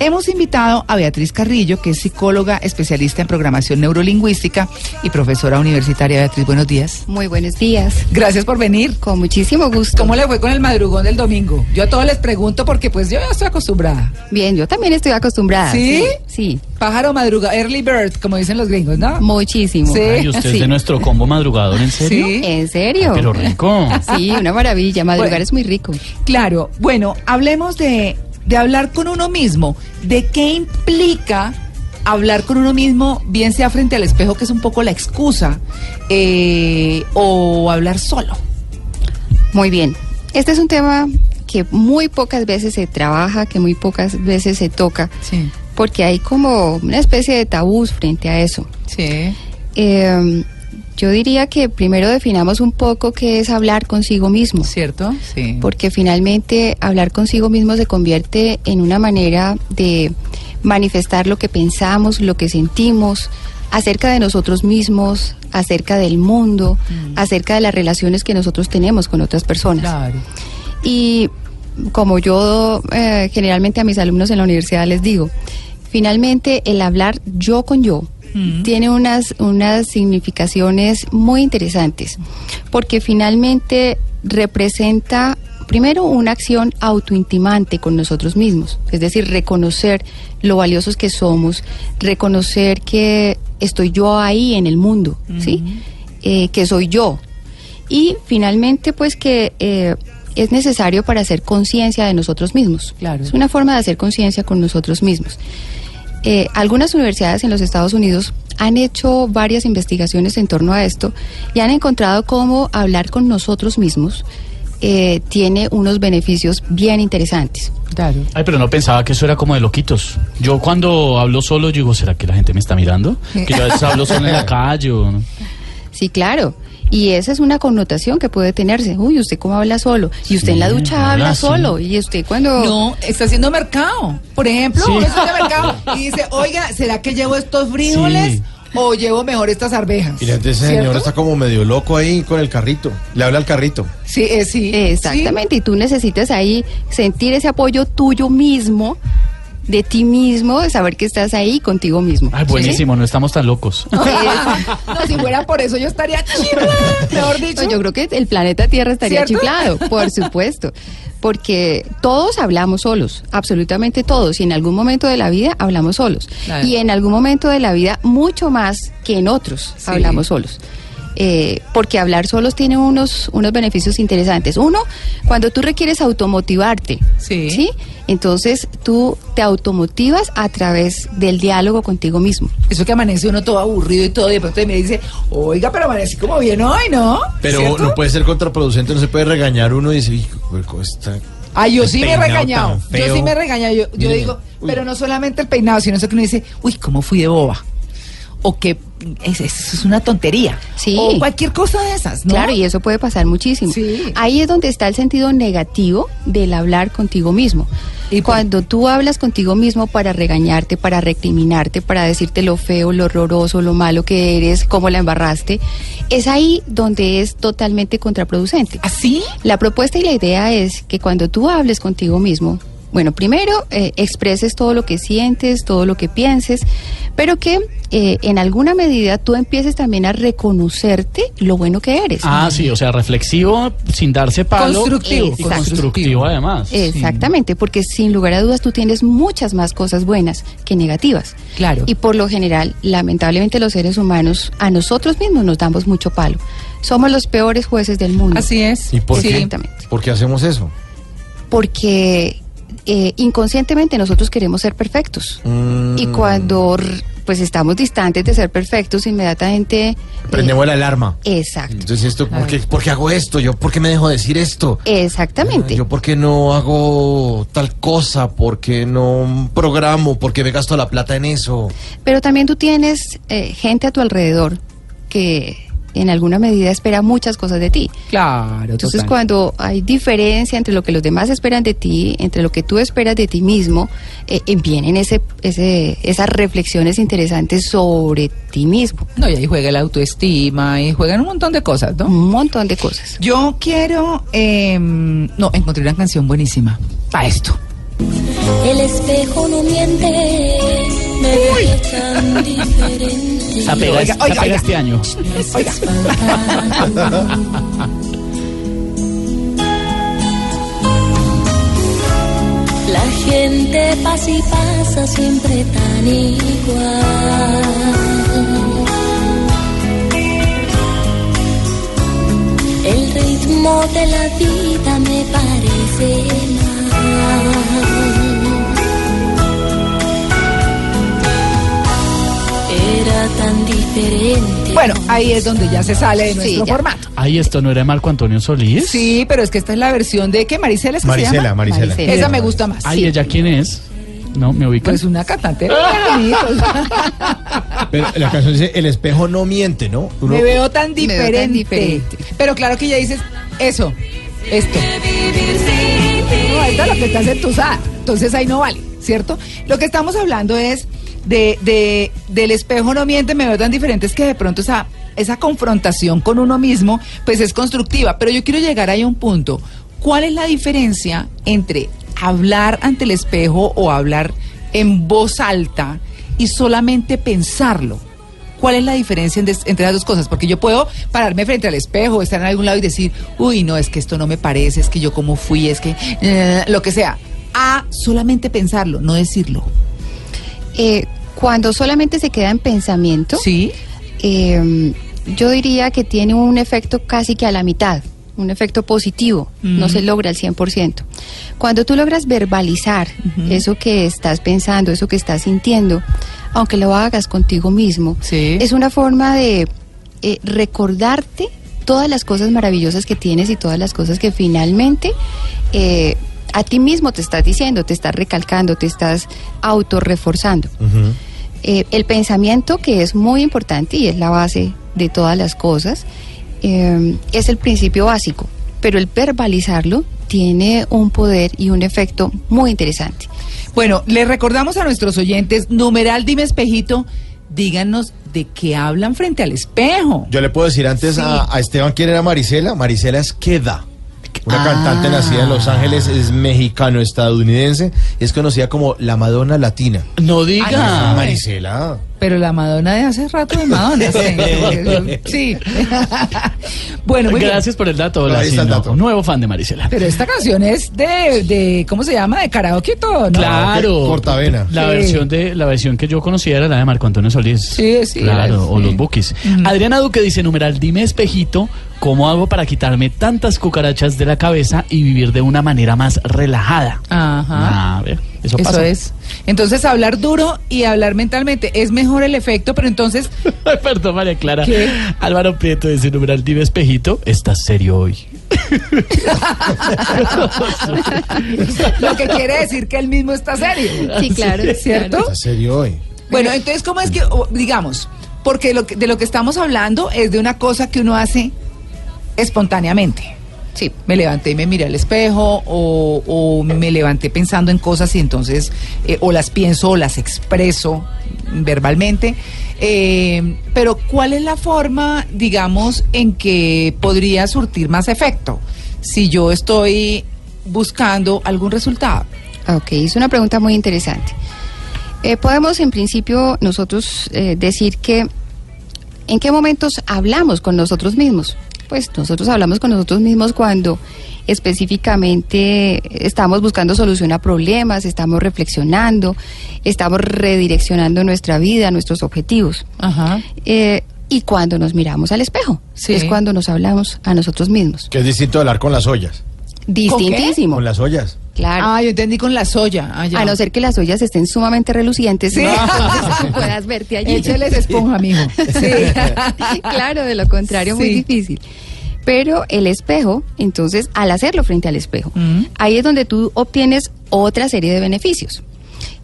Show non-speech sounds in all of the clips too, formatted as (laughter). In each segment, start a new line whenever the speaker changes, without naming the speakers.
Hemos invitado a Beatriz Carrillo, que es psicóloga especialista en programación neurolingüística y profesora universitaria. Beatriz, buenos días.
Muy buenos días.
Gracias por venir.
Con muchísimo gusto.
¿Cómo le fue con el madrugón del domingo? Yo a todos les pregunto porque pues yo ya estoy acostumbrada.
Bien, yo también estoy acostumbrada.
¿Sí?
Sí.
Pájaro madruga, early bird, como dicen los gringos, ¿no?
Muchísimo.
Sí.
Ay, usted es de nuestro combo madrugador, ¿en serio?
Sí.
¿En serio?
Ah, Pero rico.
Sí, una maravilla. Madrugar
Bueno.
es muy rico.
Claro, bueno, hablemos de, de hablar con uno mismo, de qué implica hablar con uno mismo, bien sea frente al espejo, que es un poco la excusa, eh, o hablar solo.
Muy bien. Este es un tema que muy pocas veces se trabaja, que muy pocas veces se toca,
Sí,
porque hay como una especie de tabús frente a eso.
sí.
Eh, yo diría que primero definamos un poco qué es hablar consigo mismo.
¿Cierto? Sí.
porque finalmente hablar consigo mismo se convierte en una manera de manifestar lo que pensamos, lo que sentimos acerca de nosotros mismos, acerca del mundo,
Mm.
acerca de las relaciones que nosotros tenemos con otras personas.
Claro.
Y como yo eh, generalmente a mis alumnos en la universidad les digo, finalmente el hablar yo con yo
Mm.
tiene unas, unas significaciones muy interesantes, porque finalmente representa primero una acción autointimante con nosotros mismos, es decir, reconocer lo valiosos que somos, reconocer que estoy yo ahí en el mundo, ¿sí? Eh, que soy yo, y finalmente pues que eh, es necesario para hacer conciencia de nosotros mismos.
Claro.
Es una forma de hacer conciencia con nosotros mismos. Eh, algunas universidades en los Estados Unidos han hecho varias investigaciones en torno a esto y han encontrado cómo hablar con nosotros mismos eh, tiene unos beneficios bien interesantes.
Claro.
Ay, pero no pensaba que eso era como de loquitos. Yo cuando hablo solo, yo digo, ¿será que la gente me está mirando? Que yo a veces hablo solo en la calle. o no.
Sí, claro. Y esa es una connotación que puede tenerse. Uy, usted cómo habla solo. Y usted en la
Sí,
ducha habla
habla, sí.
solo. Y usted cuando...
No, está haciendo mercado. Por ejemplo,
Sí.
uno está haciendo mercado y dice, oiga, ¿será que llevo estos frijoles
Sí.
o llevo mejor estas arvejas?
Mira, ese señor
¿Cierto?
está como medio loco ahí con el carrito. Le habla al carrito.
Sí, eh, sí.
Exactamente, y tú necesitas ahí sentir ese apoyo tuyo mismo, de ti mismo, de saber que estás ahí contigo mismo.
Ay, Ah, buenísimo, no estamos tan locos.
Sí. No, si fuera por eso yo estaría chiva, mejor dicho.
No, Pues Yo creo que el planeta Tierra estaría
¿Cierto?
chiflado,
(laughs)
por supuesto, porque todos hablamos solos, absolutamente todos, y en algún momento de la vida hablamos solos,
Claro.
y en algún momento de la vida mucho más que en otros
Sí.
hablamos solos. Eh, porque hablar solos tiene unos, unos beneficios interesantes. Uno, cuando tú requieres automotivarte,
Sí.
Entonces tú te automotivas a través del diálogo contigo mismo.
Eso que amanece uno todo aburrido y todo, y de pronto me dice, oiga, pero amanecí como bien hoy, ¿no?
Pero
¿Cierto?
no puede ser contraproducente, no se puede regañar uno y dice, "Hijo, pero ¿cómo está?
Ay, yo
el
sí me he
peinado
regañado.
tan
Yo
feo".
sí me he regañado. Yo, yo
Mire,
digo,
uy.
pero no solamente el peinado, sino eso que uno dice, uy, cómo fui de boba. O que es, es es una tontería.
Sí.
O cualquier cosa de esas, ¿no?
Claro, y eso puede pasar muchísimo.
Sí.
Ahí es donde está el sentido negativo del hablar contigo mismo.
¿Y por-
Cuando tú hablas contigo mismo para regañarte, para recriminarte, para decirte lo feo, lo horroroso, lo malo que eres, cómo la embarraste, es ahí donde es totalmente contraproducente.
¿Así?
La propuesta y la idea es que cuando tú hables contigo mismo, bueno, primero eh, expreses todo lo que sientes, todo lo que pienses, pero que eh, en alguna medida tú empieces también a reconocerte lo bueno que eres.
Ah, sí, o sea, reflexivo, sin darse palo.
Constructivo.
Y constructivo,
Constructivo.
además.
Exactamente, porque sin lugar a dudas tú tienes muchas más cosas buenas que negativas.
Claro.
Y por lo general, lamentablemente los seres humanos a nosotros mismos nos damos mucho palo. Somos los peores jueces del mundo.
Así es.
¿Y por
Sí.
qué? ¿Por qué hacemos eso?
porque eh, inconscientemente nosotros queremos ser perfectos.
Mm.
Y cuando r- pues estamos distantes de ser perfectos, inmediatamente... eh,
Prendemos la alarma.
Exacto,
Entonces, esto,
Claro.
¿por qué, por qué hago esto? ¿Yo por qué me dejo decir esto?
exactamente.
ah, ¿Yo por qué no hago tal cosa? ¿Por qué no programo? ¿Por qué me gasto la plata en eso?
Pero también tú tienes eh, gente a tu alrededor que en alguna medida espera muchas cosas de ti.
Claro,
Entonces
total.
cuando hay diferencia entre lo que los demás esperan de ti, entre lo que tú esperas de ti mismo, eh, eh, vienen ese, ese, esas reflexiones interesantes sobre ti mismo.
No, y ahí juega la autoestima y juegan un montón de cosas, ¿no?
Un montón de cosas.
Yo quiero. em, no, encontré una canción buenísima para esto.
El espejo no miente, me ve tan diferente.
Se apega,
Oiga,
se apega
oiga,
este año.
Me hace espantar. La gente pasa y pasa siempre tan igual. El ritmo de la vida me parece mal. Era tan diferente.
Bueno, ahí es donde ya se sale de
Sí,
nuestro
ya.
formato.
Ay, esto no era Marco Antonio Solís.
Sí, pero es que esta es la versión de que Maricela es que se
Marisela,
llama?
Marisela.
Marisela.
Esa me gusta más.
Eh, Ay,
Sí.
ella quién es? No, me ubican.
Pues una cantante.
(laughs)
bonita.
Pero la canción dice, el espejo no miente, ¿no? Uno-
me veo tan
Me veo tan
diferente.
diferente.
Pero claro que ya dices eso, esto. No, esta es lo que estás entusada. Entonces ahí no vale, ¿cierto? Lo que estamos hablando es de, de- del espejo no miente, me veo tan diferente, es que de pronto esa, esa confrontación con uno mismo, pues es constructiva. Pero yo quiero llegar ahí a un punto. ¿Cuál es la diferencia entre hablar ante el espejo o hablar en voz alta y solamente pensarlo? ¿Cuál es la diferencia en des- entre las dos cosas? Porque yo puedo pararme frente al espejo, estar en algún lado y decir, uy, no, es que esto no me parece, es que yo como fui, es que eh, lo que sea. A solamente pensarlo, no decirlo.
Eh, cuando solamente se queda en pensamiento,
¿Sí?
eh, yo diría que tiene un efecto casi que a la mitad, un efecto positivo, no se logra al 100%. Cuando tú logras verbalizar eso que estás pensando, eso que estás sintiendo, aunque lo hagas contigo mismo,
Sí.
es una forma de eh, recordarte todas las cosas maravillosas que tienes y todas las cosas que finalmente... eh, a ti mismo te estás diciendo, te estás recalcando, te estás autorreforzando. Eh, el pensamiento, que es muy importante y es la base de todas las cosas, eh, es el principio básico, pero el verbalizarlo tiene un poder y un efecto muy interesante.
Bueno, le recordamos a nuestros oyentes, numeral dime espejito, díganos de qué hablan frente al espejo.
Yo le puedo decir antes a, a Esteban quién era Marisela. Marisela es Queda. Una cantante nacida en Los Ángeles, es mexicano-estadounidense y es conocida como la Madonna Latina.
No diga.
Ay,
Marisela.
Pero la Madonna de hace rato de Madonna. sí.
(laughs)
sí. (laughs) bueno, muy bien.
Gracias por el dato.
Ahí
Hola,
está el
no,
dato.
Nuevo fan de Marisela.
Pero esta canción es de, de ¿cómo se llama? De karaoke y todo, ¿no?
Claro.
ok, cortavena.
La
Sí.
versión de la versión que yo conocía era la de Marco Antonio Solís.
Sí, sí,
Claro,
era,
o
sí. Mm.
los Bookies.
Ujú.
Adriana Duque dice, numeral, dime espejito, ¿cómo hago para quitarme tantas cucarachas de la cabeza y vivir de una manera más relajada?
Ajá.
A ver,
Eso,
eso pasa. (laughs)
es. Entonces, hablar duro y hablar mentalmente es mejor el efecto, pero entonces, (laughs)
Perdón, María Clara.
¿Qué?
Álvaro Prieto dice, numeral, dime espejito, estás serio hoy.
lo que quiere decir que él mismo está serio.
Sí, claro,
¿Cierto?
¿Está serio hoy?
Bueno, entonces, ¿cómo es que, o, digamos, porque lo que- de lo que estamos hablando es de una cosa que uno hace espontáneamente?
Sí.
me levanté y me miré al espejo o, o me levanté pensando en cosas y entonces eh, o las pienso o las expreso verbalmente. Eh, pero ¿cuál es la forma, digamos, en que podría surtir más efecto si yo estoy buscando algún resultado?
Ok, es una pregunta muy interesante. Eh, podemos en principio nosotros eh, decir que en qué momentos hablamos con nosotros mismos. Pues nosotros hablamos con nosotros mismos cuando específicamente estamos buscando solución a problemas, estamos reflexionando, estamos redireccionando nuestra vida, nuestros objetivos.
Ajá.
Eh, y cuando nos miramos al espejo,
Sí.
es cuando nos hablamos a nosotros mismos.
Que es distinto hablar con las ollas.
Distintísimo.
Con las ollas.
Claro.
Ah, yo entendí con la soya. Ah, ya.
A no ser que las ollas estén sumamente relucientes.
Sí.
entonces tú puedas verte allí.
Écheles esponja, mijo. Sí.
(laughs) claro, de lo contrario, muy
Sí.
difícil. Pero el espejo, entonces, al hacerlo frente al espejo,
Mm.
ahí es donde tú obtienes otra serie de beneficios,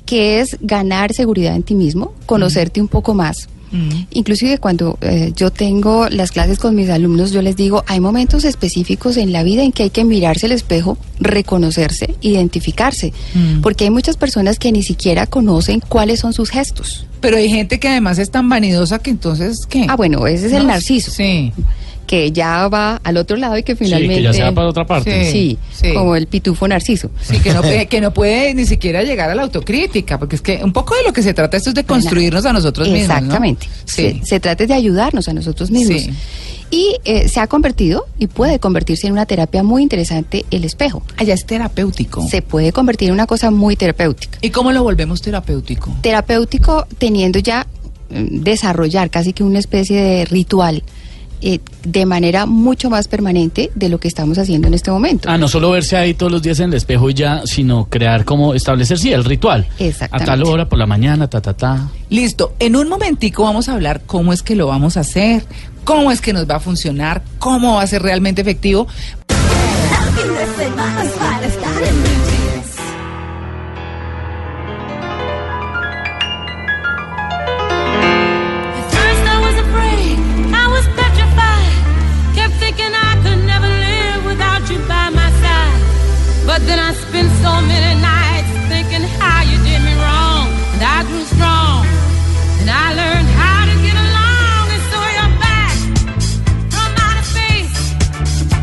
que es ganar seguridad en ti mismo, conocerte un poco más.
Mm.
Inclusive cuando eh, yo tengo las clases con mis alumnos, yo les digo, hay momentos específicos en la vida en que hay que mirarse al espejo, reconocerse, identificarse,
Mm.
porque hay muchas personas que ni siquiera conocen cuáles son sus gestos.
Pero hay gente que además es tan vanidosa que entonces, ¿qué?
Ah, bueno, ese es el
No,
narciso.
Sí.
que ya va al otro lado y que
Sí,
finalmente...
que ya sea para otra parte.
Sí,
Sí,
sí.
como el pitufo Narciso.
Sí, que no, puede, que no puede ni siquiera llegar a la autocrítica, porque es que un poco de lo que se trata esto es de construirnos a nosotros mismos. ¿no?
Exactamente.
Sí.
Se, se trata de ayudarnos a nosotros mismos.
Sí.
Y eh, se ha convertido y puede convertirse en una terapia muy interesante el espejo.
Allá es terapéutico.
Se puede convertir en una cosa muy terapéutica.
¿Y cómo lo volvemos terapéutico?
terapéutico teniendo ya mm, desarrollar casi que una especie de ritual eh, de manera mucho más permanente de lo que estamos haciendo en este momento.
Ah, no solo verse ahí todos los días en el espejo y ya, sino crear como establecer, sí, el ritual.
Exactamente.
A tal hora, por la mañana, ta, ta, ta.
Listo, en un momentico vamos a hablar cómo es que lo vamos a hacer, cómo es que nos va a funcionar, cómo va a ser realmente efectivo.
fin de semana es para estar en Bridges. At first I was afraid, I was petrified. Kept thinking I could never live without you by my side. But then I spent so many nights thinking how you did me wrong. And I grew strong. And I learned how to get along. And so you're back from outer space.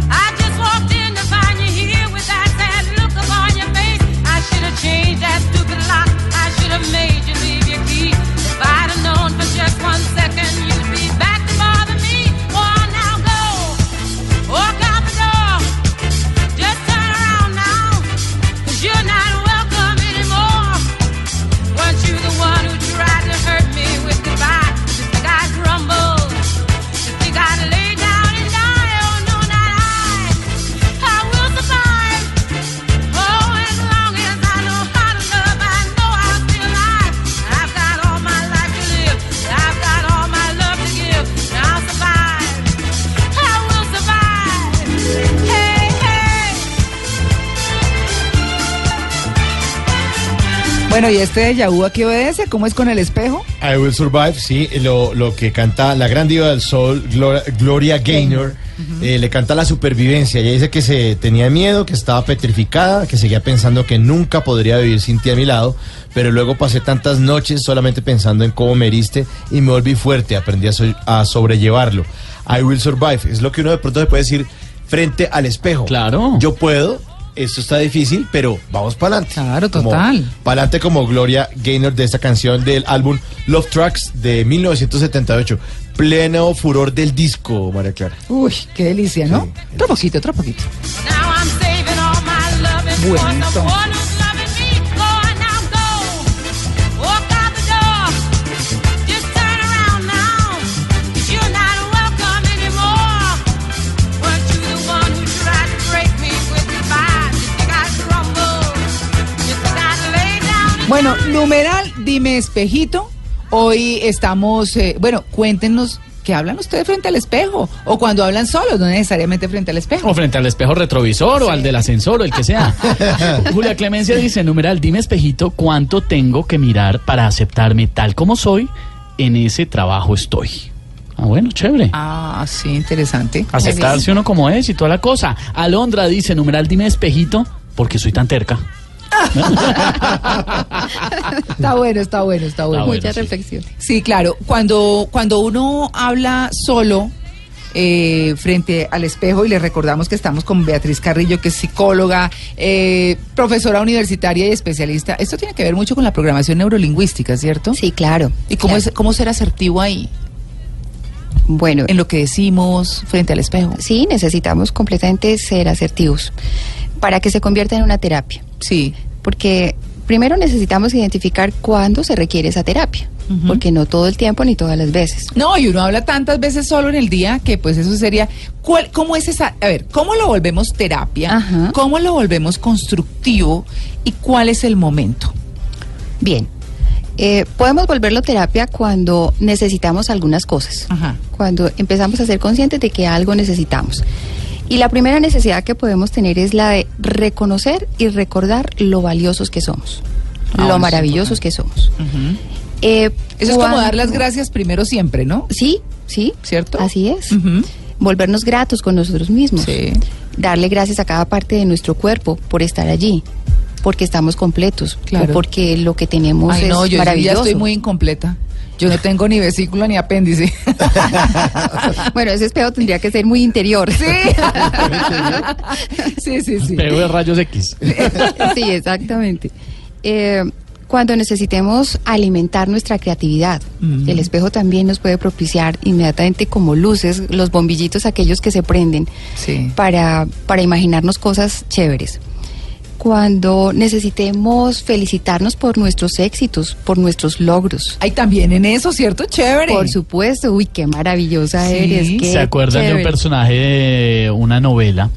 I just walked in to find you here with that sad look upon your face. I should have changed that stupid lock. I should have made you leave your key. If I'd have known for just one second, you'd be back to bother me. Oh, now go. Walk out the door. Just turn around now. Cause you're not welcome anymore. Weren't you the one who tried to hurt me with goodbye? Just like I grumbled. You think I'd lay down and die? Oh, no, not I. I will survive. Oh, as long as I know how to love, I know I'll be alive. I've got all my life to live. I've got all my love to give. And I'll survive. I will survive. Hey, hey.
Bueno, ¿y este de Yahoo a qué obedece? ¿Cómo es con el espejo?
I Will Survive, sí, lo, lo que canta la gran diva del sol, Gloria, Gloria Gaynor, eh, le canta la supervivencia. Ella dice que se tenía miedo, que estaba petrificada, que seguía pensando que nunca podría vivir sin ti a mi lado, pero luego pasé tantas noches solamente pensando en cómo me heriste y me volví fuerte, aprendí a, so- a sobrellevarlo. I Will Survive, es lo que uno de pronto se puede decir frente al espejo.
Claro.
Yo puedo. Esto está difícil, pero vamos para adelante.
Claro, total.
Para adelante como Gloria Gaynor de esta canción del álbum Love Tracks de 1978. Pleno furor del disco, María Clara.
Uy, qué delicia, ¿no?
Sí.
otro poquito, otro poquito.
Now I'm saving all my loving for
Bueno,
the
entonces.
one who's loving me. Go on now, go. Walk out the door. Just turn around now. You're not welcome anymore. Weren't you the one who tried to break me with goodbye? You think I crumbled? You think I'd lay down and
Bueno, numeral, dime espejito. Hoy estamos, eh, bueno, cuéntenos qué hablan ustedes frente al espejo o cuando hablan solos, no necesariamente frente al espejo.
O frente al espejo retrovisor o al del ascensor o el que sea.
(laughs)
Julia Clemencia dice, numeral, dime espejito, ¿cuánto tengo que mirar para aceptarme tal como soy? En ese trabajo estoy. Ah, bueno, chévere.
Ah, sí, interesante.
Aceptarse uno como es y toda la cosa. Alondra dice, numeral, dime espejito, porque soy tan terca.
Está bueno, está bueno, está bueno.
Ah, bueno,
Mucha
sí.
reflexión.
Sí, claro. Cuando, cuando uno habla solo eh, frente al espejo, y le recordamos que estamos con Beatriz Carrillo, que es psicóloga, eh, profesora universitaria y especialista, esto tiene que ver mucho con la programación neurolingüística, ¿cierto?
Sí, claro.
¿Y cómo,
claro.
es, cómo ser asertivo ahí,
Bueno,
en lo que decimos frente al espejo?
sí, necesitamos completamente ser asertivos para que se convierta en una terapia.
Sí.
Porque primero necesitamos identificar cuándo se requiere esa terapia.
Ujú.
Porque no todo el tiempo ni todas las veces.
No, y uno habla tantas veces solo en el día que pues eso sería, ¿cuál, ¿cómo es esa? A ver, ¿cómo lo volvemos terapia?
Ajá.
¿Cómo lo volvemos constructivo? ¿Y cuál es el momento?
Bien, eh, podemos volverlo terapia cuando necesitamos algunas cosas.
Ajá.
cuando empezamos a ser conscientes de que algo necesitamos. Y la primera necesidad que podemos tener es la de reconocer y recordar lo valiosos que somos,
Ah, bueno,
lo
es
maravillosos que somos.
Ujú.
Eh,
Eso es como
cuando-
dar las gracias primero siempre, ¿no?
Sí, sí,
¿Cierto?
así es.
Ujú.
Volvernos gratos con nosotros mismos.
Sí.
Darle gracias a cada parte de nuestro cuerpo por estar allí, porque estamos completos,
Claro.
o porque lo que tenemos
Ay,
es
no, yo ya
maravilloso.
estoy muy incompleta. Yo no tengo ni vesícula ni
(laughs)
apéndice. (laughs)
Bueno, ese espejo tendría que ser muy interior.
Sí. sí, sí, Eh, sí.
Espejo de
(laughs)
rayos X.
(laughs) sí, exactamente. Eh, cuando necesitemos alimentar nuestra creatividad, el espejo también nos puede propiciar inmediatamente como luces, los bombillitos aquellos que se prenden
Sí.
para, para imaginarnos cosas chéveres. Cuando necesitemos felicitarnos por nuestros éxitos, por nuestros logros.
Hay también en eso, ¿cierto? Chévere.
Por supuesto, uy, qué maravillosa
Sí.
eres. qué
¿Se acuerdan de
chévere.
un personaje de una novela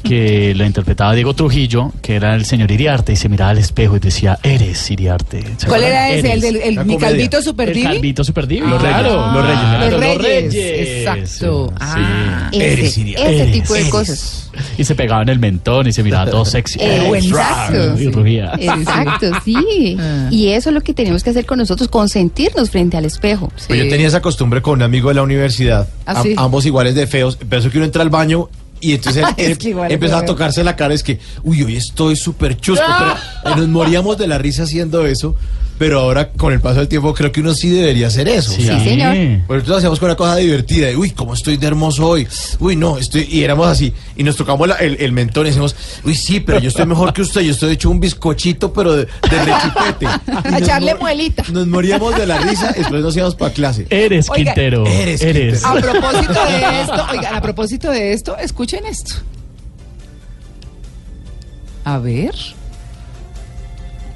(laughs)
que lo interpretaba Diego Trujillo, que era el señor Iriarte, y se miraba al espejo y decía, eres Iriarte? ¿Se
¿Cuál
acuerdan?
era ese?
Eres.
El, del, el-
La
mi
comedia.
calvito super
El
divi?
calvito superdivi.
Los
claro.
Reyes, los Reyes,
Claro,
Los Reyes,
Reyes.
exacto.
Sí.
Ah.
Ese, ese
Eres,
tipo de
eres.
Pues,
cosas.
Y se pegaban el mentón y se miraba todo sexy.
Eh,
Eres.
exacto.
Y rugía.
Exacto, sí.
Ah.
Y eso es lo que tenemos que hacer con nosotros, consentirnos frente al espejo.
Pues yo tenía esa costumbre con un amigo de la universidad,
¿Ah,
am-
sí?
ambos iguales de feos, pero eso que uno entra al baño y
(laughs)
entonces
Es
em-
que igual es
empezaba a
feo.
tocarse la cara, es que, uy, hoy estoy súper chusco,
(laughs)
pero eh, nos moríamos de la risa haciendo eso, pero ahora con el paso del tiempo creo que uno sí debería hacer eso.
Sí,
Sí, señor.
Bueno, entonces hacíamos con una cosa divertida, de, uy, cómo estoy de hermoso hoy, uy, no, estoy, y éramos así, y nos tocamos la- el, el mentón y decimos, uy, sí, pero yo estoy mejor que usted, yo estoy hecho un bizcochito, pero de, de
(laughs)
rechupete. Y nos
A echarle
mor-
muelita.
Nos moríamos de la risa, y después nos íbamos para clase.
Eres
Oiga,
Quintero.
eres
Eres.
A propósito de esto, oigan, a propósito de esto, escuchen esto. A ver.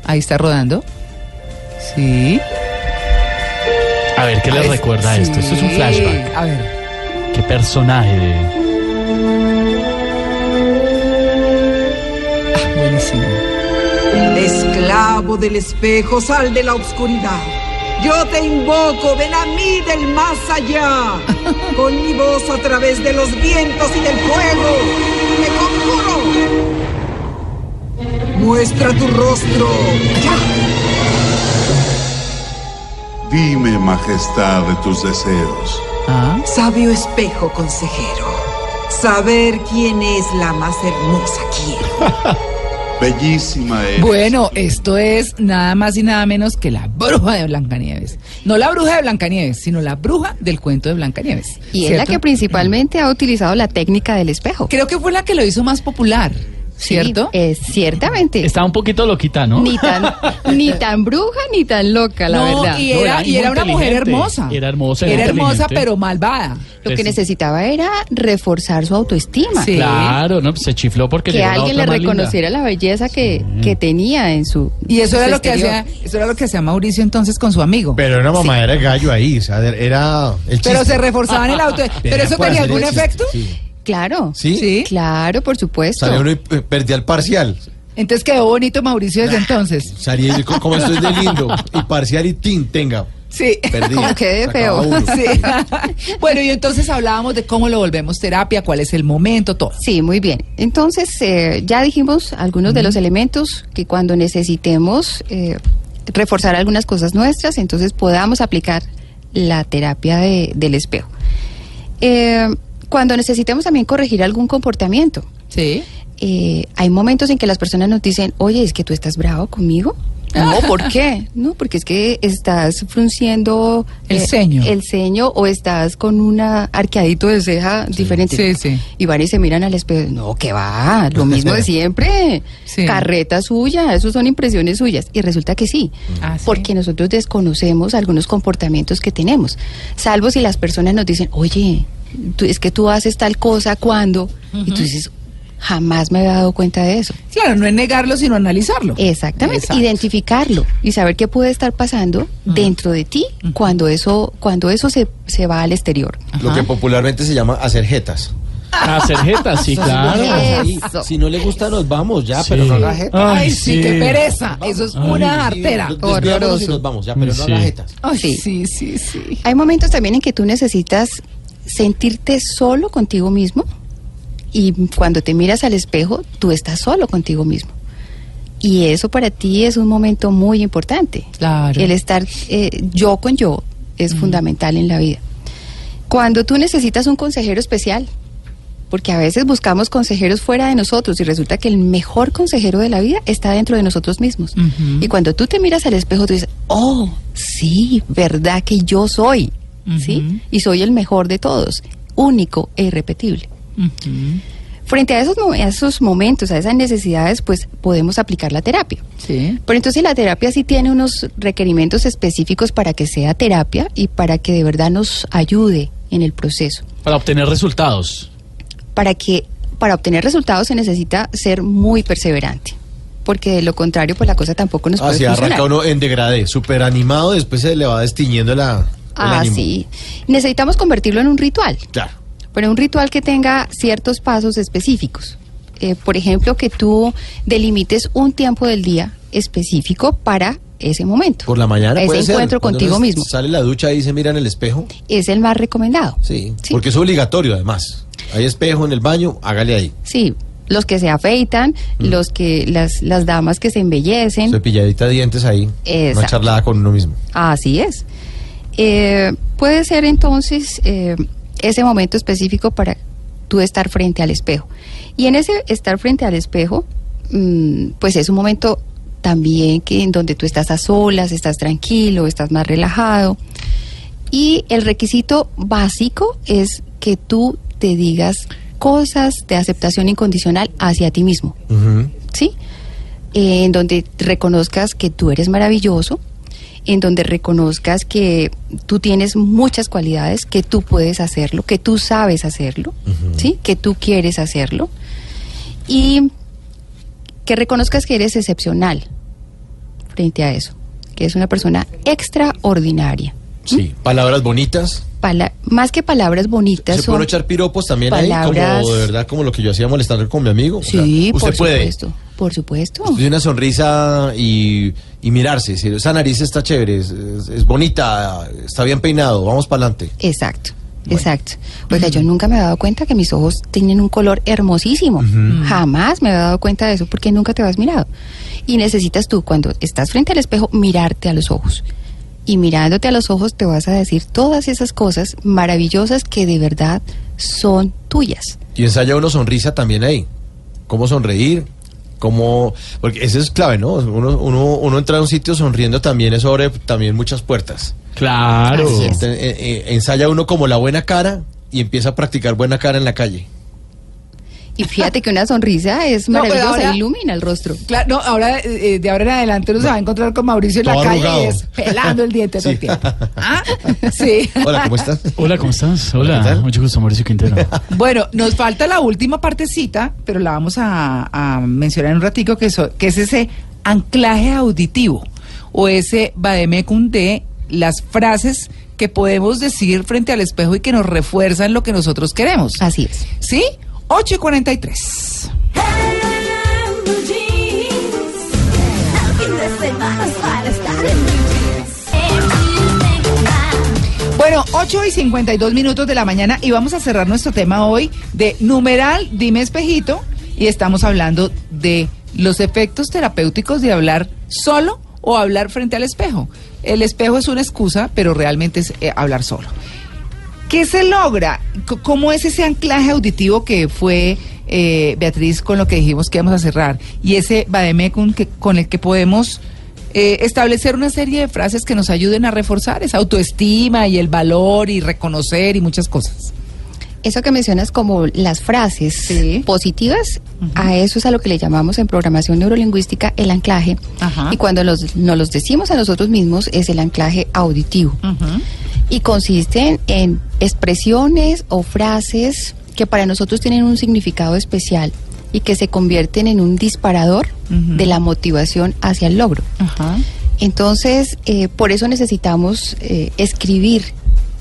Ahí está rodando. Sí.
A ver, ¿qué les
Es-
recuerda
ah, sí.
esto? Esto es un flashback.
A ver.
¿Qué personaje de-
Buenísimo.
Esclavo del espejo, sal de la oscuridad. Yo te invoco, ven a mí del más allá. Con mi voz a través de los vientos y del fuego, te conjuro. Muestra tu rostro. Ya.
Dime, majestad, de tus deseos.
Ah,
Sabio espejo, consejero. Saber quién es la más hermosa quiero.
Bellísima eres.
Bueno, esto es nada más y nada menos que la bruja de Blancanieves. No la bruja de Blancanieves, sino la bruja del cuento de Blancanieves.
Y es la
¿cierto?
que principalmente ha utilizado la técnica del espejo.
Creo que fue la que lo hizo más popular,
Sí,
¿cierto?
eh, ciertamente.
Está un poquito loquita, ¿no?
Ni tan, ni tan bruja ni tan loca, la
No,
verdad.
Y
No,
era,
era
y era una mujer
inteligente.
hermosa.
Era hermosa, era
Era hermosa,
inteligente.
pero malvada.
Lo que
Es-
necesitaba era reforzar su autoestima.
Sí.
Claro, no, pues se chifló porque
Que
llegó la
alguien le
otra más linda.
reconociera la belleza que, que tenía en su.
Y eso
en su
era lo que
exterior.
hacía, eso era lo que hacía Mauricio entonces con su amigo. Pero,
Pero era mamá, era gallo ahí, o sea, de- era el chiste.
se reforzaban el auto. ¿Pero eso
por
tenía
hacer el
algún
chiste,
efecto?
Sí.
Claro.
¿Sí?
Sí.
Claro, por supuesto.
Salió uno y eh, perdí al parcial.
Entonces quedó bonito Mauricio desde entonces.
Salí y como estoy de lindo. Y parcial y tin, tenga.
Sí.
Perdí.
Como quedé
Se acabó
feo.
uno.
(laughs) Sí. (laughs) bueno, y entonces hablábamos de cómo lo volvemos terapia, cuál es el momento, todo.
Sí, muy bien. Entonces, eh, ya dijimos algunos de los elementos que cuando necesitemos eh, reforzar algunas cosas nuestras, entonces podamos aplicar la terapia de- del espejo. Eh, cuando necesitemos también corregir algún comportamiento.
Sí.
eh, hay momentos en que las personas nos dicen, oye, es que tú estás bravo
(laughs)
conmigo. No, ¿por qué? No, porque es que estás frunciendo eh,
El ceño.
el ceño o estás con una arqueadito de ceja
Sí,
diferente.
sí.
Y van y se miran al espejo. No, que va,
(laughs)
lo mismo de siempre.
Sí.
Carreta suya, eso son impresiones suyas. Y resulta que sí,
Ah, sí.
porque nosotros desconocemos algunos comportamientos que tenemos. Salvo si las personas nos dicen, oye, tú- es que tú haces tal cosa cuando. Y tú dices, jamás me había dado cuenta de eso.
Claro, no es negarlo, sino analizarlo.
Exactamente,
Exacto.
identificarlo y saber qué puede estar pasando dentro de ti cuando eso, cuando eso se, se va al exterior.
Lo que popularmente se llama hacer jetas.
A Sergeta,
(laughs)
sí, claro.
Eso.
Sí, Si no le gusta, nos vamos ya,
Sí.
pero no haga jetas.
Ay,
Ay,
sí,
sí.
qué
Ah,
pereza. Eso es una
Sí,
artera.
nos desviamos y nos vamos ya, pero no haga
Sí.
jetas.
Ay,
Sí.
sí, sí, sí.
Hay momentos también en que tú necesitas sentirte solo contigo mismo y cuando te miras al espejo, tú estás solo contigo mismo. Y eso para ti es un momento muy importante.
Claro.
El estar eh, yo con yo es fundamental en la vida. Cuando tú necesitas un consejero especial, porque a veces buscamos consejeros fuera de nosotros y resulta que el mejor consejero de la vida está dentro de nosotros mismos.
Ujú.
Y cuando tú te miras al espejo, tú dices, oh, sí sí, verdad que yo soy,
Ujú.
¿sí? Y soy el mejor de todos, único e irrepetible.
Ujú.
Frente a esos, mo- a esos momentos, a esas necesidades, pues podemos aplicar la terapia.
Sí.
Pero entonces la terapia sí tiene unos requerimientos específicos para que sea terapia y para que de verdad nos ayude en el proceso.
Para obtener resultados.
Para que para obtener resultados se necesita ser muy perseverante, porque de lo contrario pues la cosa tampoco nos puede
Así
funcionar.
Ah, arranca uno en degradé, súper animado, después se le va destiñendo la, el
Ah,
ánimo.
sí. Necesitamos convertirlo en un ritual.
Claro.
Pero un ritual que tenga ciertos pasos específicos. Eh, por ejemplo, que tú delimites un tiempo del día específico para ese momento.
Por la mañana
Ese
puede ser,
encuentro
cuando
contigo
uno
mismo.
Sale la ducha y se mira en el espejo.
Es el más recomendado.
Sí,
Sí.
porque es obligatorio además. Hay espejo en el baño, hágale ahí.
Sí, los que se afeitan,
Mm.
los que las, las damas que se embellecen.
Cepilladita de dientes ahí. Una
Exacto.
charlada con uno mismo.
Así es. Eh, puede ser entonces eh, ese momento específico para tú estar frente al espejo. Y en ese estar frente al espejo, mm, pues es un momento también que en donde tú estás a solas, estás tranquilo, estás más relajado. Y el requisito básico es que tú te digas cosas de aceptación incondicional hacia ti mismo.
Ujú.
¿sí? Eh, en donde reconozcas que tú eres maravilloso, en donde reconozcas que tú tienes muchas cualidades, que tú puedes hacerlo, que tú sabes hacerlo, ¿sí? Que tú quieres hacerlo. Y que reconozcas que eres excepcional frente a eso, que es una persona extraordinaria.
Sí,
¿Mm?
palabras bonitas.
Pala- más que palabras bonitas
Se
son
pueden echar piropos también ahí,
palabras-
como de verdad, como lo que yo hacía molestando con mi amigo. O sea,
Sí,
usted
por
puede.
supuesto. Por supuesto.
Usted tiene una sonrisa y, y mirarse. decir, Esa nariz está chévere, es, es- es bonita, está bien peinado, vamos para adelante.
Exacto, exacto. Oiga, yo nunca me había dado cuenta que mis ojos tienen un color hermosísimo.
Mm.
Jamás me había dado cuenta de eso porque nunca te habías mirado. Y necesitas tú, cuando estás frente al espejo, mirarte a los ojos. Y mirándote a los ojos te vas a decir todas esas cosas maravillosas que de verdad son tuyas.
Y ensaya uno sonrisa también ahí. Cómo sonreír, cómo... Porque eso es clave, ¿no? Uno, uno, uno entra a un sitio sonriendo también, eso abre también muchas puertas.
Claro.
Así es.
Entonces, eh, eh, ensaya uno como la buena cara y empieza a practicar buena cara en la calle.
Y fíjate que una sonrisa
(laughs)
es
No, pero
maravillosa,
ahora-
ilumina el rostro.
Claro, no, ahora, eh, de ahora en adelante nos va a encontrar con Mauricio en la
Todo
calle
arrugado.
y es pelando el
(laughs)
diente todo el
Sí.
tiempo. ¿Ah? Sí.
Hola, ¿cómo estás?
Hola, ¿cómo estás?
¿Qué
Hola,
tal?
mucho gusto, Mauricio
(laughs)
Quintero.
Bueno, nos falta la última partecita, pero la vamos a, a mencionar en un ratico, que, eso- que es ese anclaje auditivo o ese vademecum de las frases que podemos decir frente al espejo y que nos refuerzan lo que nosotros queremos.
Así es.
¿Sí? 8 y 43. Bueno, 8 y 52 minutos de la mañana y vamos a cerrar nuestro tema hoy de numeral, dime espejito, y estamos hablando de los efectos terapéuticos de hablar solo o hablar frente al espejo. El espejo es una excusa, pero realmente es eh, hablar solo. ¿Qué se logra? C- ¿Cómo es ese anclaje auditivo que fue eh, Beatriz con lo que dijimos que íbamos a cerrar? Y ese vademecum que- con el que podemos eh, establecer una serie de frases que nos ayuden a reforzar esa autoestima y el valor y reconocer y muchas cosas.
Eso que mencionas como las frases
Sí.
positivas, a eso es a lo que le llamamos en programación neurolingüística el anclaje.
Ajá.
Y cuando los, nos los decimos a nosotros mismos es el anclaje auditivo. Y consisten en expresiones o frases que para nosotros tienen un significado especial y que se convierten en un disparador
Ujú.
de la motivación hacia el logro.
Ajá.
Entonces, eh, por eso necesitamos eh, escribir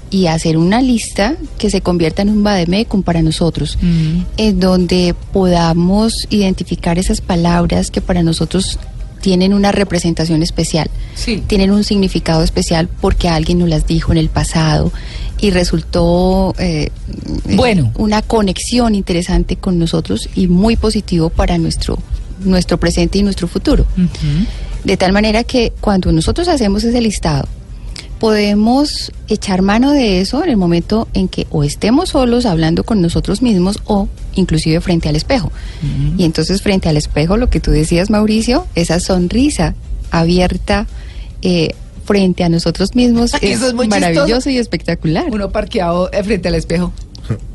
y hacer una lista que se convierta en un vademecum para nosotros,
Mm.
en donde podamos identificar esas palabras que para nosotros tienen una representación especial,
Sí.
tienen un significado especial porque alguien nos las dijo en el pasado y resultó eh,
Bueno.
una conexión interesante con nosotros y muy positivo para nuestro nuestro presente y nuestro futuro. De tal manera que cuando nosotros hacemos ese listado, podemos echar mano de eso en el momento en que o estemos solos hablando con nosotros mismos o inclusive frente al espejo. Y entonces frente al espejo, lo que tú decías, Mauricio, esa sonrisa abierta, eh, frente a nosotros mismos es,
(laughs) Eso es muy
maravilloso
chistoso.
y espectacular.
Uno parqueado eh, frente al espejo,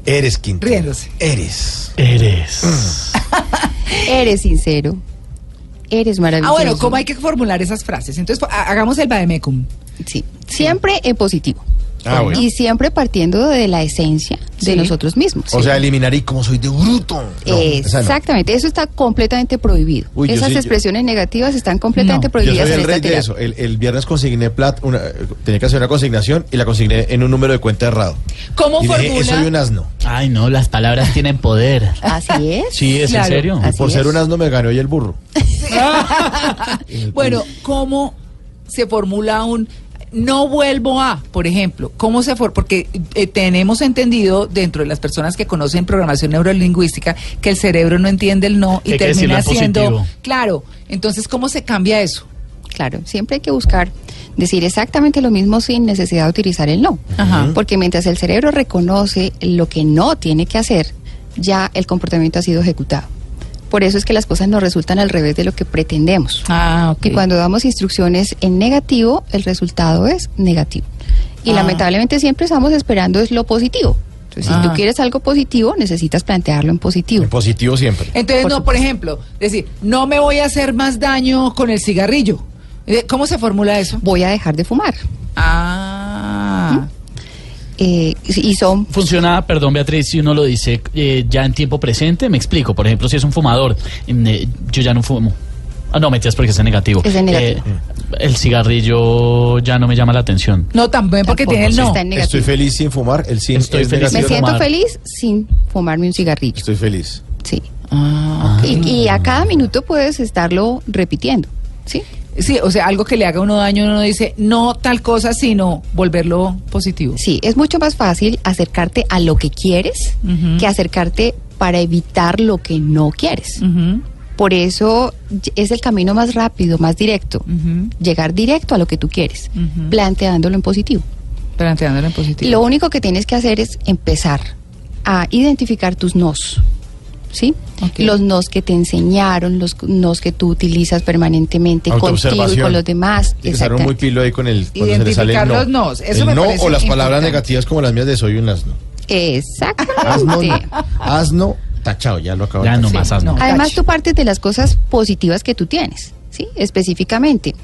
Eres Quintero.
riéndose.
Eres.
Eres.
Eres sincero. Eres
Ah,
maravilloso.
bueno, ¿cómo hay que formular esas frases? Entonces, ha- hagamos el Bademecum.
Sí, siempre en positivo.
Ah, bueno.
Y siempre partiendo de la esencia de
Sí.
nosotros mismos.
O sea, eliminar y como soy de bruto. No, esa no.
Exactamente, eso está completamente prohibido.
Uy, yo
Esas
sí, yo-
expresiones negativas están completamente
No.
Yo soy
prohibidas en
el
esta
rey de
terapia.
eso. El, el viernes consigné plata, una- eh, tenía que hacer una consignación y la consigné en un número de cuenta errado.
¿Cómo
y dije,
formula?
"Eh, soy un asno.
Ay, no, las palabras tienen poder.
Así
(laughs)
es.
Sí, es
Claro.
en serio.
Así
Por ser
es.
un asno me ganó y el burro.
(laughs) Bueno, ¿cómo se formula un no vuelvo a, por ejemplo? ¿Cómo se for porque eh, tenemos entendido dentro de las personas que conocen programación neurolingüística que el cerebro no entiende el no y
Hay que
termina
decirlo en
siendo
positivo.
claro. Entonces, ¿cómo se cambia eso?
Claro, siempre hay que buscar decir exactamente lo mismo sin necesidad de utilizar el no.
Ajá.
Porque mientras el cerebro reconoce lo que no tiene que hacer, ya el comportamiento ha sido ejecutado. Por eso es que las cosas nos resultan al revés de lo que pretendemos.
Ah,
Y cuando damos instrucciones en negativo, el resultado es negativo. Y
Ah.
lamentablemente siempre estamos esperando es lo positivo. Entonces, si
Ah.
tú quieres algo positivo, necesitas plantearlo en positivo.
En positivo siempre.
Entonces,
Por
no, por ejemplo, decir, no me voy a hacer más daño con el cigarrillo. Eh, ¿Cómo se formula eso?
Voy a dejar de fumar.
Ah.
Eh, y y son
Funciona, perdón Beatriz, si uno lo dice eh, ya en tiempo presente, me explico. Por ejemplo, si es un fumador, mm, eh, yo ya no fumo. Ah, no, mentiras porque es en negativo.
Es en negativo.
Eh, el cigarrillo ya no me llama la atención.
No, también porque
Tampoco
tiene el
se
no.
está en negativo.
Estoy feliz sin fumar, el sin
Estoy
es
feliz sin
Me
negativo.
fumar.
siento feliz sin fumarme un cigarrillo.
Estoy feliz.
Sí.
Ah, ok.
Y, y a cada minuto puedes estarlo repitiendo. Sí.
Sí, o sea, algo que le haga a uno daño, uno dice no tal cosa, sino volverlo positivo.
Sí, es mucho más fácil acercarte a lo que quieres
Ujú.
que acercarte para evitar lo que no quieres.
Ujú,
Por eso y- es el camino más rápido, más directo.
Mm.
ujú,
Llegar directo a lo que tú quieres,
Mm-hmm.
Ujú.
planteándolo en positivo.
Planteándolo en positivo.
Lo único que tienes que hacer es empezar a identificar tus nos. ¿Sí?
Ok.
Los nos que te enseñaron, los nos que tú utilizas permanentemente contigo y
Autoobservación.
con los demás.
Tiene que estar uno muy
Exactamente.
pilo ahí con el cuando se le sale el
Identificar
no.
los nos, eso
el
me
no
parece
o las palabras
importante.
negativas como las mías de soy un asno. Asno,
Exactamente.
asno, tachado, ya lo acabo de
Ya no
hacer.
más, haz no.
no.
Además,
Cacho.
tú partes de las cosas positivas que tú tienes, ¿sí? Específicamente.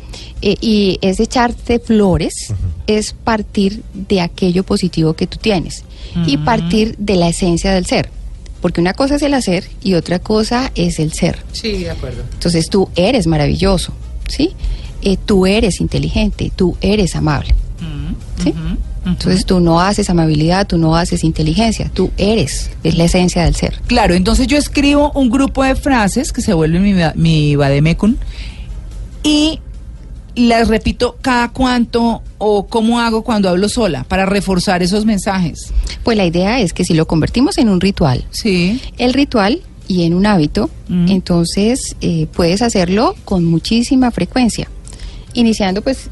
Eh, y es echarte flores, es partir de aquello positivo que tú tienes y
Mm.
partir de la esencia del ser. Porque una cosa es el hacer y otra cosa es el ser.
Sí, de acuerdo.
Entonces, tú eres maravilloso, ¿sí? Eh, tú eres inteligente, tú eres amable, ¿sí? Entonces, tú no haces amabilidad, tú no haces inteligencia, tú eres, es la esencia del ser.
Claro, entonces yo escribo un grupo de frases que se vuelven mi, ba- mi vademecum y las repito cada cuánto o cómo hago cuando hablo sola para reforzar esos mensajes.
Pues la idea es que si lo convertimos en un ritual,
Sí.
el ritual y en un hábito,
Mm.
entonces eh, puedes hacerlo con muchísima frecuencia. Iniciando, pues,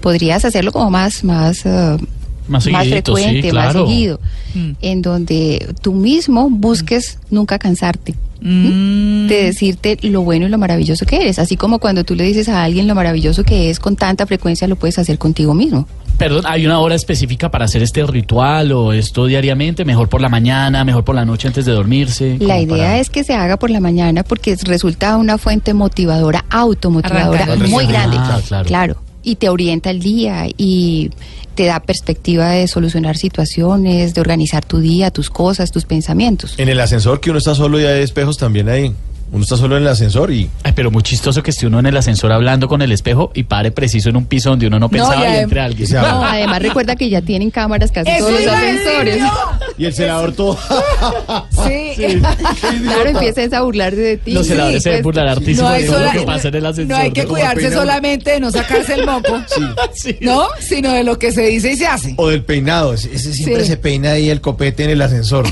podrías hacerlo como más, más, eh,
Más seguidito, sí,
frecuente,
claro.
más seguido,
Mm.
en donde tú mismo busques nunca cansarte.
Mm.
de decirte lo bueno y lo maravilloso que eres, así como cuando tú le dices a alguien lo maravilloso que es con tanta frecuencia lo puedes hacer contigo mismo.
Perdón, ¿hay una hora específica para hacer este ritual o esto diariamente? ¿Mejor por la mañana, mejor por la noche antes de dormirse?
La
Como
idea
para-
es que se haga por la mañana porque es- resulta una fuente motivadora, automotivadora
Arrancar
el
muy
día.
grande.
Ah, claro.
Y te orienta el día y te da perspectiva de solucionar situaciones, de organizar tu día, tus cosas, tus pensamientos.
En el ascensor que uno está solo y hay espejos también ahí. Uno está solo en el ascensor y
Ay, pero muy chistoso que esté uno en el ascensor hablando con el espejo y pare preciso en un piso donde uno no pensaba
y
y,
adem-
entre alguien.
y se abre.
No, además recuerda que ya tienen cámaras casi
Ah. Eso
todos los
iba a decir
ascensores.
yo.
Y el celador todo.
(laughs)
(laughs)
Sí.
Claro, empiezas a burlarse de
(laughs)
ti.
Los celadores se
pues,
deben burlar hartísimo
No hay,
de todo lo
sola-
que pasa en el
no
ascensor.
hay que
¿no?
cuidarse
peinar.
solamente de no sacarse el moco,
(laughs) Sí.
¿no? Sino de lo que se dice y se hace.
O del peinado. Ese ese siempre
Sí.
se peina ahí el copete en el ascensor.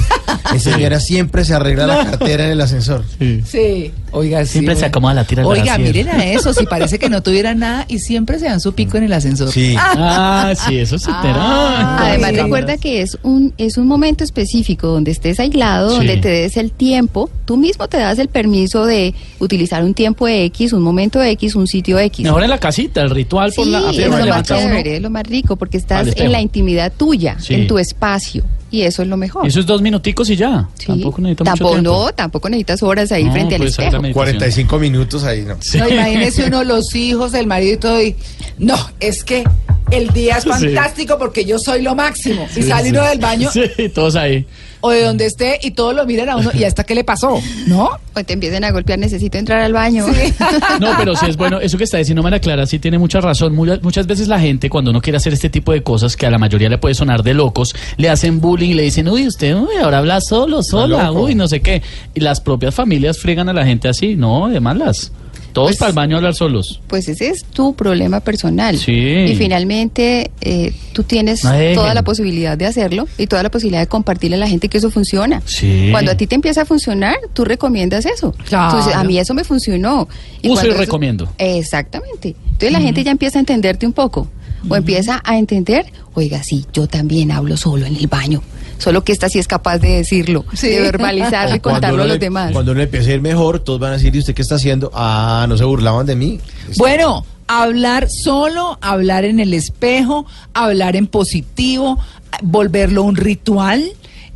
Ese señora siempre se arregla la cartera en el ascensor.
Sí. Oiga, sí,
Siempre se
bueno.
acomoda la tira al
Oiga,
brasier.
miren a
(laughs)
eso, si parece que no tuvieran nada y siempre se dan su pico en el ascensor.
Sí.
Ah, sí, eso se entera.
Ah,
Ay,
Además
sí.
recuerda que es un es un momento específico donde estés aislado,
Sí.
donde te des el tiempo, tú mismo te das el permiso de utilizar un tiempo X, un momento X, un sitio X.
Mejor en la casita, el ritual por
Sí,
la
es
apenas
lo más
levanta uno.
chévere, es lo más rico, porque
Al
estás
espejo.
en la intimidad tuya,
Sí.
en tu espacio, y eso es lo mejor.
Eso es dos minuticos y ya.
Sí.
Tampoco necesita
Tampoco-
mucho tiempo.
No, tampoco necesitas horas ahí
No,
frente al
pues,
espejo.
exactamente.
45 minutos ahí, ¿no?
Sí.
No, imagínese
(laughs)
uno los hijos, el marido y todo. Y, no, es que el día es
Sí.
fantástico porque yo soy lo máximo. Y
Sí,
sale uno
sí.
del baño
(laughs) Sí, todos ahí.
o de donde esté y todos lo miran a uno. ¿Y hasta qué le pasó? ¿No?
O te empiezan a golpear, necesito entrar al baño. (laughs)
No, pero sí es bueno. Eso que está diciendo Mara Clara sí tiene mucha razón. Muchas, muchas veces la gente, cuando no quiere hacer este tipo de cosas, que a la mayoría le puede sonar de locos, le hacen bullying, le dicen, uy, usted, uy, ahora habla solo, sola,
loco.
uy, no sé qué. Y las propias familias friegan a la gente así, no, de malas. Todos
Pues-
para el baño a hablar solos.
Pues ese es tu problema personal.
Sí.
Y finalmente eh, tú tienes
No dejen.
toda la posibilidad de hacerlo y toda la posibilidad de compartirle a la gente que eso funciona.
Sí.
Cuando a ti te empieza a funcionar, tú recomiendas eso.
Claro.
Tú dices, a mí eso me funcionó.
Uso
cuando
y recomiendo.
Exactamente. Entonces la gente ya empieza a entenderte un poco. O empieza a entender, oiga, sí, yo también hablo solo en el baño. Solo que esta sí es capaz de decirlo,
Sí.
de
(laughs)
verbalizarlo y contarlo a los demás.
Cuando uno empiece a ir mejor, todos van a decir, ¿y usted qué está haciendo? Ah, no se burlaban de mí.
Bueno, hablar solo, hablar en el espejo, hablar en positivo, volverlo un ritual,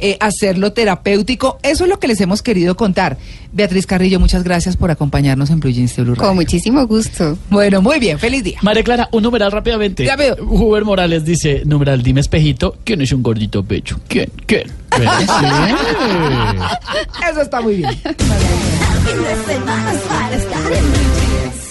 eh, hacerlo terapéutico. Eso es lo que les hemos querido contar. Beatriz Carrillo, muchas gracias por acompañarnos en Blue Jeans de Blue Radio.
Con muchísimo gusto.
Bueno, muy bien, feliz día.
María Clara, un numeral rápidamente.
Ya veo.
Huber Morales dice, numeral, dime espejito, ¿quién es un gordito pecho? ¿Quién? ¿Quién? (laughs) Sí.
(laughs) Eso está muy bien.
fin de semana para estar en mi jeans.